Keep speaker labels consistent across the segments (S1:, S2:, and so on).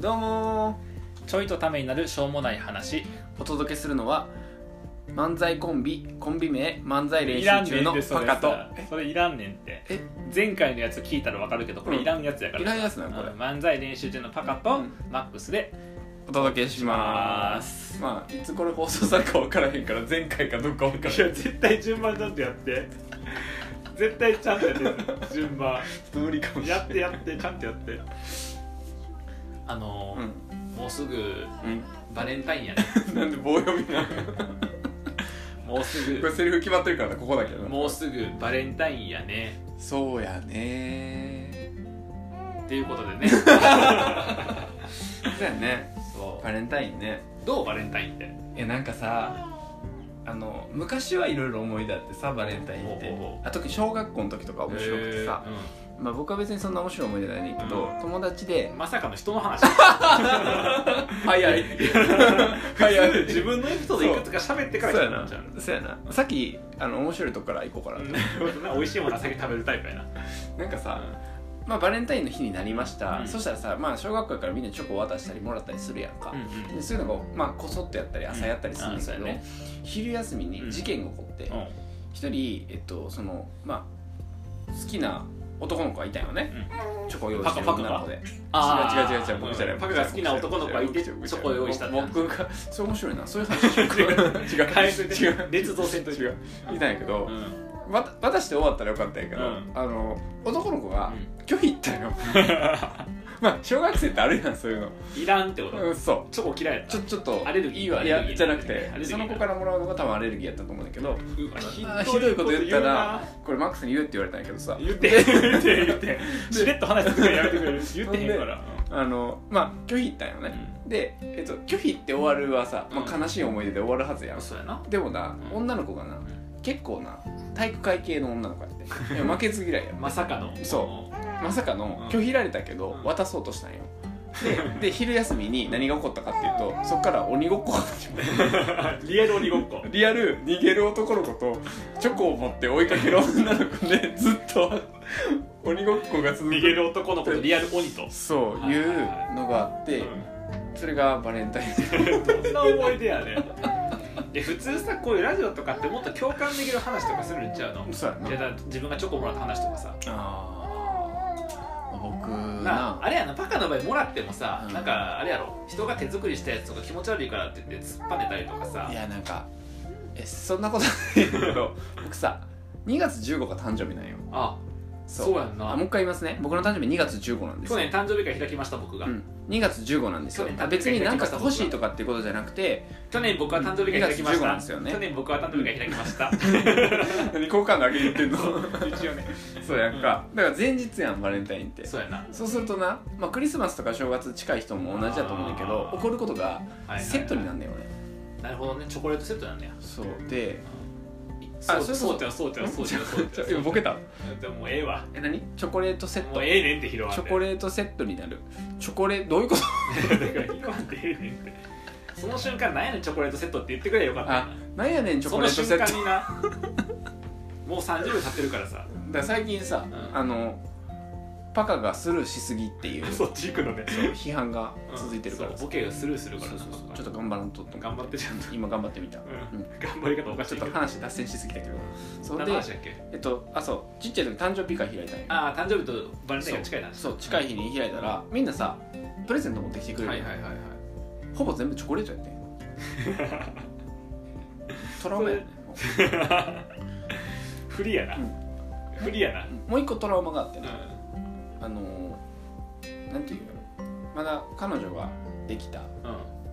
S1: どうも
S2: ちょいとためになるしょうもない話
S1: ーお届けするのは漫才コンビコンビ名漫才練
S2: いらん
S1: 習
S2: ね
S1: 中
S2: ん
S1: の
S2: ってそ
S1: パ
S2: れ
S1: カと
S2: さそれいらんねんって
S1: え
S2: 前回のやつ聞いたらわかるけどこれいらんやつやから
S1: いらんやつなのこれ
S2: うん漫才練習中のパカと、
S1: うん
S2: マックスで
S1: お届けしますまあいつこれ放送されるか分からへんから前回かどうか分からへんちょっ
S2: 絶対順番ちゃんとやって絶対ちゃんとやって順番
S1: と無理かもしれない
S2: やってちゃんとやってあの
S1: う
S2: ー
S1: ん
S2: もうすぐ
S1: う
S2: バレンタイン やね
S1: ん なんで棒読み なの
S2: もうす
S1: これ
S2: ぐ
S1: セリフ決まってるからなここだけどな
S2: もうすぐバレンタインやね
S1: そうやね
S2: っていうことで ね
S1: ーそうやね
S2: そ
S1: バレンタインね
S2: うどうバレンタインって
S1: いやなんかさあの昔はいろいろ思い出あってさバレンタインって
S2: おうおうおう
S1: あ特に小学校の時とか面白くてさ、
S2: えーうん
S1: まあ、僕は別にそんな面白い思い出ないねんけど、
S2: うん
S1: 友達で
S2: まさかの人 の話
S1: 早い 早い
S2: 普通自分のエピソードいくつか喋ってから
S1: そうや
S2: 喋
S1: な
S2: っちゃう
S1: そうやなさっきあの面白いとこから行こうかな、
S2: うんなるほどな美味しいものは先食べるタイプやな
S1: なんかさ、まあ、バレンタインの日になりました、
S2: うん
S1: そしたらさ、まあ、小学校やからみんなチョコ渡したりもらったりするやんか、
S2: うん
S1: でそういうのが、まあ、こそっとやったり朝やったりするんですけど、
S2: うんあそうやね
S1: 昼休み
S2: う
S1: に
S2: ん
S1: 事件が起こって
S2: うん
S1: 一、人、えっとそのまあ、好きな男の子がいたんよね、チョコを用意してる
S2: パク
S1: 女
S2: パ
S1: の
S2: クが
S1: 子で
S2: あ
S1: 違
S2: ー
S1: う違う違う僕じゃない
S2: パクが好きな男の子がいてチョコを用意したって
S1: 僕がそれ面白いなそういう話しようか 違
S2: 返しといて
S1: 違う
S2: 捏造せんといて
S1: 違ういたんやけど
S2: う、ん
S1: わた渡して終わったらよかったんやけど、
S2: うん
S1: あの男の子が拒否った よまあ小学生ってあるやんそういうの、
S2: いらんってこと
S1: うん、そう
S2: チョコ嫌いやった
S1: ちょちょっと
S2: アレルギー
S1: いいわい
S2: アレルギ
S1: や
S2: ー
S1: じゃなく
S2: アレ
S1: て
S2: ルギー
S1: その子からもらうのが多分アレルギーやったと思うんだけど
S2: うわ
S1: あーひどいこと言ったらこれマックスに言うって言われたんやけどさ
S2: 言うな言って 言って言ってしれっと話すからやめてくれる言ってへんから
S1: あのまあ拒否ったんよね、で、えっと、拒否って終わるはさ、まあ、悲しい思い出で終わるはずや
S2: うんん、そうやな
S1: でもな、
S2: うん
S1: 女の子がな結構な体育会系の女の子やっていや負けず嫌いや
S2: まさかの
S1: そまさかの
S2: うん
S1: 拒否られたけど
S2: うん
S1: 渡そうとしたんよでで昼休みに何が起こったかっていうとそっから鬼ごっこが始まる
S2: リアル鬼ごっこ
S1: リアル逃げる男の子とチョコを持って追いかける女の子でずっと鬼ごっこが続く
S2: 逃げる男の子とリアル鬼と
S1: そう
S2: はい
S1: いうのがあってそれがバレンタイン
S2: どんな思い出やね で普通さこういうラジオとかってもっと共感できる話とかするんちゃうの
S1: そうやない
S2: やだから自分がチョコもらった話とかさ
S1: あー僕
S2: なあ
S1: な
S2: あれやなパカの場合もらってもさ、
S1: うん
S2: なんかあれやろ人が手作りしたやつとか気持ち悪いからって言って突っぱねたりとかさ
S1: いやなんかえそんなことないんだけど 僕さ2月15が誕生日なんよ
S2: あそうやん
S1: あ
S2: な
S1: もう一回言いますね僕の誕生日2月15なんです
S2: 去
S1: よ
S2: 年誕生日会開きました僕が、
S1: うん、2月15なんですよ
S2: 去年
S1: あ別に何かさ欲しいとかっていうことじゃなく て
S2: 去年僕は誕生日会開きま
S1: 2月15
S2: し
S1: なん
S2: た
S1: ですよね
S2: 去年僕は誕生日会開きました
S1: 何好感度上げにいって んの
S2: 一応ね
S1: そうやんか、だから前日やんバレンタインって
S2: そうやな、
S1: そうするとな、まあ、クリスマスとか正月近い人も同じだと思うんだけど
S2: あー
S1: 怒ることが
S2: はいはい
S1: セットにな
S2: る
S1: んだよ俺
S2: なるほどねチョコレートセットなんだよ
S1: そうで
S2: そ
S1: あ
S2: う
S1: そ
S2: そう
S1: そう
S2: うちゃうそうちゃうそうちゃうそうち
S1: ち
S2: ゃ
S1: ょ
S2: う
S1: 今ボケた
S2: でももうええわ
S1: え何チョコレートセッ
S2: も
S1: ト
S2: うええねんって広が
S1: チョコ
S2: レ
S1: レートセットになるチョコレートどういう こと
S2: ート広がってええねんってその瞬間何やねんチョコレートセットって言ってくれよかったよ
S1: あなんやねんチョ
S2: そ
S1: コ
S2: の
S1: レート
S2: 瞬
S1: セッ
S2: 間
S1: ト
S2: になもう30秒経ってるか らさ
S1: だから最近さ、
S2: うん
S1: あのパカがスルーしすぎっていう
S2: そっち行くのね
S1: 批判が続いてるから
S2: そう
S1: さ
S2: ボケがスルーするから
S1: そう
S2: な
S1: そうそう
S2: なんか
S1: ちょっと頑張らんとと思って
S2: 頑張ってちゃんと
S1: 今頑張ってみた、
S2: う
S1: うん
S2: 頑張り方おかし
S1: ち
S2: い
S1: ょっ
S2: け
S1: と
S2: ど
S1: 話脱線しすぎたけどそれ
S2: 何
S1: で
S2: の話だっけ
S1: えっとあそうちっちゃい時誕生日会開いたんよ
S2: ああ誕生日とバレンタインが近いな
S1: そう近い日に開いたら、みんなさプレゼント持ってきてく
S2: は
S1: れ
S2: い
S1: る
S2: は
S1: の
S2: い
S1: よ、
S2: はいはい
S1: ほぼ全部チョコレートやってん トラウマやねも
S2: フリやな
S1: うん
S2: フリやな
S1: うもう一個トラウマがあって
S2: う
S1: ね、
S2: ん
S1: あのーなんていうのまだ彼女ができた
S2: うん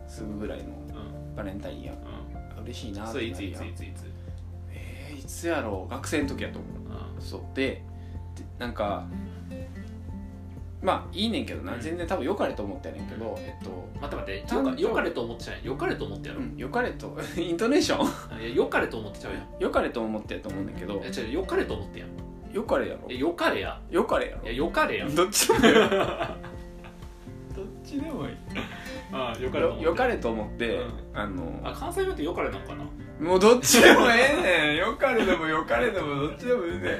S1: すぐぐらいの
S2: うん
S1: バレンタインや
S2: うん
S1: 嬉しいなっ
S2: そ
S1: て
S2: れ
S1: ないる
S2: つ
S1: やん
S2: いついついつ
S1: えーいつやろう学生の時やと思う
S2: うん
S1: そうででなんかまあいいねんけどな、
S2: うん
S1: 全然多分良かれと思ってんねんけどえっと
S2: 待って待って
S1: 誕
S2: よ
S1: 生
S2: かよかれと思ってちゃうやんよかれと思ってやろ
S1: うん良かれと イントネーション
S2: いやよかれと思ってちゃうやん
S1: 良かれと思ってやと思うねんだけど
S2: え違うよかれと思ってやん
S1: 良かれやろ
S2: えよかれや
S1: 良かれや
S2: いやよかれや
S1: ろ
S2: ん
S1: どっちでもいいどっちでもいい
S2: ああよかれと
S1: よよ
S2: 思って
S1: かれと思って、
S2: うん
S1: あの
S2: あ関西弁ってよかれなんかな
S1: もうどっちでもええねんよかれでもよかれでもどっちでもえ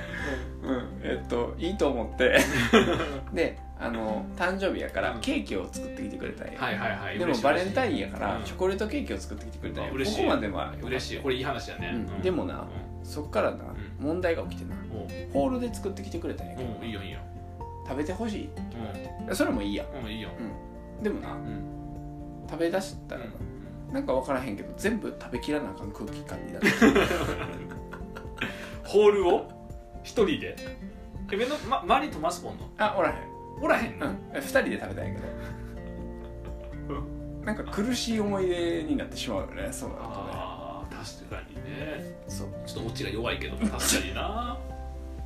S1: えねん、うん、えっといいと思って であの誕生日やから
S2: うん
S1: ケーキを作ってきてくれたんや、
S2: はいはいはい
S1: でも
S2: 嬉しい
S1: バレンタインやから、
S2: うん
S1: チョコレートケーキを作ってきてくれたんや
S2: あ
S1: こ
S2: 嬉しい
S1: こまでは
S2: 嬉
S1: い
S2: しいこれいい話だね、
S1: うんでもなそっからな、
S2: う
S1: 問題が起きてな
S2: うん、お
S1: ホールで作ってきてくれたんやけど、
S2: うんいいよいいよ
S1: 食べてほしいそれもいいや
S2: うん、うん、いいよ
S1: でもな
S2: うん
S1: 食べだしたらな、なんか分からへんけど全部食べきらなあかん空気感にな って
S2: ホールを一人でえ目の、ま、周りにマスコンの
S1: あおらへん
S2: おらへん
S1: う
S2: の、
S1: ん2人で食べたんやけどなんか苦しい思い出になってしまうよねそうなるとね
S2: ああ確かにね
S1: そう
S2: ちょっとオチが弱いけど確かにな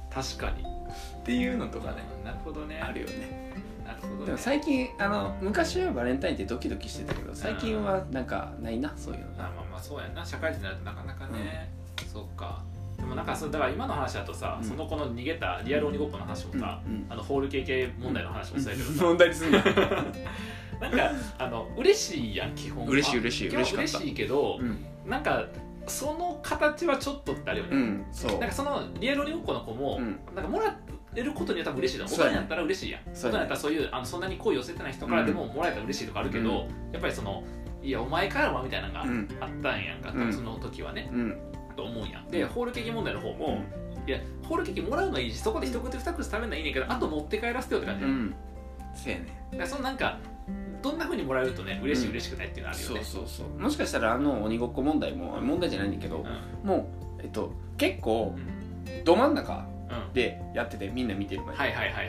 S2: 確かに
S1: っていうのとかね
S2: なるほどね
S1: あるよね
S2: なるほどね
S1: でも最近あの昔はバレンタインってドキドキしてたけど最近はなんかないなそういうの
S2: まあまあまあそうやんな社会人になるとなかなかね、そっかでもなんかそうだから今の話だとさ、
S1: うん
S2: その子の逃げたリアル鬼ごっこの話もさ、
S1: うんうん
S2: あのホール経験問題の話もそうやけどさ、
S1: 問題にすん な
S2: なんかあの嬉しいやん基本は
S1: 嬉しい嬉しい
S2: 基本
S1: 嬉しかった
S2: 嬉しいけど
S1: う、ん
S2: なんかその形はちょっとってあるよ
S1: う
S2: ね、
S1: んそう
S2: なんかそのリアル鬼ごっこの子も、
S1: うん
S2: なんかもらえることには多分嬉しいだろ
S1: そう
S2: 大人
S1: や
S2: に
S1: ね
S2: なったら嬉しいやん大
S1: そ
S2: 人
S1: う
S2: に
S1: や
S2: な
S1: ね
S2: ったらそういうあのそんなに好意を寄せてない人からでももらえたら嬉しいとかあるけど、やっぱりそのいやお前からはみたいなのが
S1: うん
S2: あったんやんか、多
S1: う
S2: 分
S1: ん
S2: その時はね、
S1: うん
S2: と思うんやでホールケーキ問題の方も、いやホールケーキもらうのはいいしそこで一口二口食べるのはいいねんけどあと持って帰らせてよって感じ、
S1: う
S2: だか
S1: んそうやね
S2: らそのなんかどんなふうにもらえるとね嬉し
S1: う
S2: い
S1: ん
S2: 嬉しくないっていうのはあるよ
S1: そ
S2: ね
S1: う、そうそうもしかしたらあの鬼ごっこ問題も問題じゃないんだけど
S2: うん
S1: もうえっと結構
S2: うん
S1: ど真ん中
S2: うん
S1: でやっててみんな見てる前に
S2: はいはいはいはい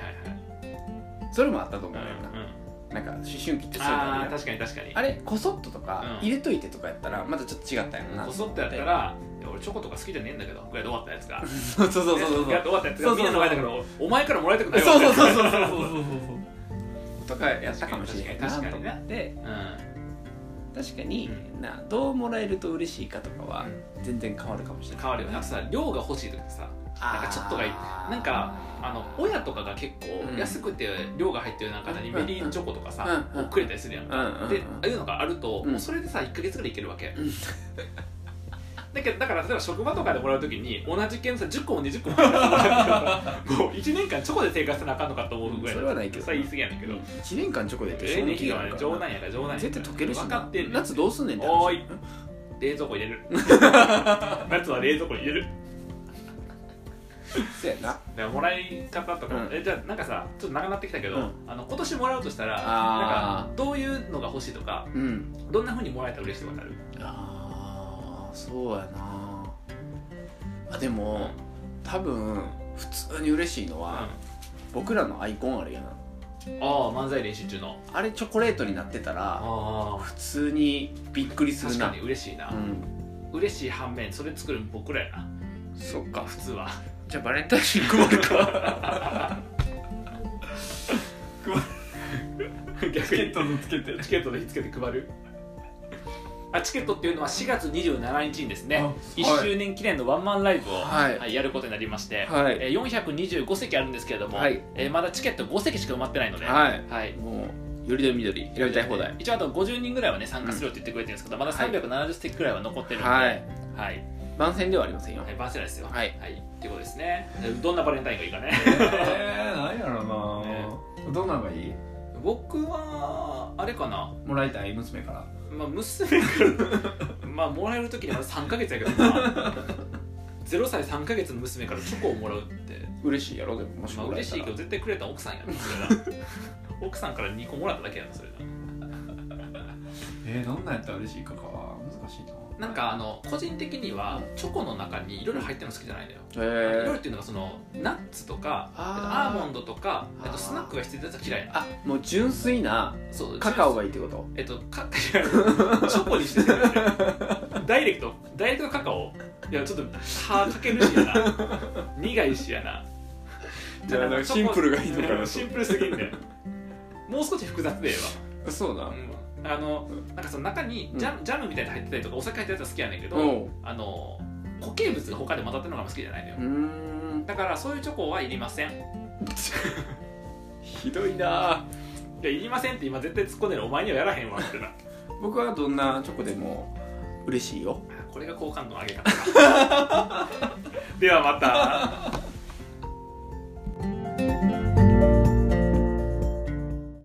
S2: はい、
S1: それもあったと思
S2: う
S1: うんよな
S2: うん、
S1: なんか思春期ってそういうのある
S2: あ
S1: や
S2: あ
S1: ん
S2: 確かに確かに
S1: あれこそっととか
S2: うん
S1: 入れといてとかやったらまたちょっと違ったよな
S2: こそっとやったら「いや俺チョコとか好きじゃねえんだけど」ぐらいで終わったやつが
S1: そうそうそうそうそう
S2: やっと終わったやつ
S1: そ
S2: が
S1: う
S2: み
S1: そ
S2: ん
S1: うそう
S2: なの前だからお前からもらいたくない
S1: そうそうそうそう
S2: う
S1: そう
S2: そうそう
S1: とかやったかもしれないな
S2: 確か
S1: と
S2: に
S1: 思っ
S2: ね
S1: て
S2: うん
S1: 確かになどうもらえると嬉しいかとかは全然変わるかもしれない
S2: 変わるよなんかさ量が欲しい時さなんかちょっとがいいなんかあの親とかが結
S1: う
S2: 構
S1: ん
S2: 安くて量が入ってる中にメリーチョコとかさ
S1: うんうん
S2: をくれたりするやん
S1: うんうんうん
S2: でああいうのがあると
S1: うん
S2: もうそれでさ1か月ぐらいいけるわけ
S1: ん
S2: だけどだから例えば職場とかでもらう時に同じ件さ10個も20個ももら うともう1年間チョコで生活せなあかんのかと思うぐらい
S1: それはないけど
S2: それは言い過ぎやねんけど
S1: 1年間チョコでやって
S2: ええ
S1: 賞
S2: ね
S1: 味
S2: ん
S1: 期
S2: け
S1: 限あ
S2: ど
S1: る
S2: ね
S1: から
S2: 冗談やから冗談や
S1: 絶対溶けるしな
S2: 分かってんねん
S1: 夏どうすんねんって話
S2: おーい冷蔵庫入れる 夏は冷蔵庫に入れる
S1: そうやな
S2: だからもらい方とかも、
S1: うん
S2: えじゃあなんかさちょっと長くなってきたけど、
S1: うん
S2: あの今年もらうとしたら
S1: あー
S2: なんかどういうのが欲しいとか
S1: うん
S2: どんなふうにもらえたら嬉しいとかなる
S1: あーそうやなあでも多分普通に嬉しいのは、僕らのアイコンあるやん
S2: うんああ漫才練習中の
S1: あれチョコレートになってたら
S2: あ
S1: 普通にびっくりする
S2: 確
S1: な
S2: かに嬉しいな、
S1: うん
S2: 嬉しい反面それ作るの僕らやな
S1: そっか
S2: 普通は
S1: じゃあバレンタイン配るか
S2: 逆に
S1: につけて
S2: チケットで火つけて配るあチケットっていうのは4月27日にですね、
S1: あはい
S2: 1周年記念のワンマンライブを、
S1: はい
S2: はいやることになりまして、
S1: はい
S2: えー425席あるんですけれども、
S1: はい
S2: えーまだチケット5席しか埋まってないので、
S1: はい
S2: はい
S1: もうよりどりみどり選びたい放題
S2: 一応あと50人ぐらいはね参加するよって言ってくれてるんですけど、まだ370席ぐらいは残ってるので、
S1: は
S2: はいいはい
S1: 番宣ではありませんよ
S2: バーセラですよ
S1: はい
S2: っていうことですねえーどんなバレンタインがいい かね
S1: えー、何やろな、
S2: ね
S1: どんなのがいい
S2: 僕はあれかな
S1: もらいたい娘から
S2: まあ娘からまあもらえる時には3ヶ月やけどな0歳3ヶ月の娘からチョコをもらうって、
S1: 嬉しいやろでももし
S2: まあ
S1: もらえ
S2: 嬉
S1: た
S2: しい
S1: ら
S2: けど絶対くれた奥さんやなそれな奥さんから2個もらっただけやなそれな
S1: えー、どんなんやったら嬉しいかか難しいな
S2: なんかあの個人的にはチョコの中にいろいろ入ってるの好きじゃないんだよ
S1: へ
S2: いろいろっ
S1: え
S2: ていうのがそのナッツとか
S1: あー
S2: あとアーモンドとか
S1: あー
S2: あとスナックが必要なやつは嫌いな
S1: あもう純粋な
S2: そう
S1: カカオがいいってこと
S2: えっとカ チョコにしてるんだよダイレクトダイレクトカカオいやちょっと歯かけるしやな苦いしやな
S1: じゃあなんかシンプルがいいのかな
S2: シンプルすぎんだよもう少し複雑でえ
S1: そうな
S2: えわ、うんあのなんかその中にジャ,、ジャムみたいなの入ってたりとかお酒入ってたやつは好きやねんけど、
S1: おう
S2: あの固形物が他で混ざってるのが好きじゃないのよ、
S1: うーん
S2: だからそういうチョコはいりません
S1: ひどいな
S2: いやいりませんって今絶対突っ込んでるお前にはやらへんわってなあ
S1: 僕はどんなチョコでも嬉しいよ
S2: これが好感度の上げ方かではまた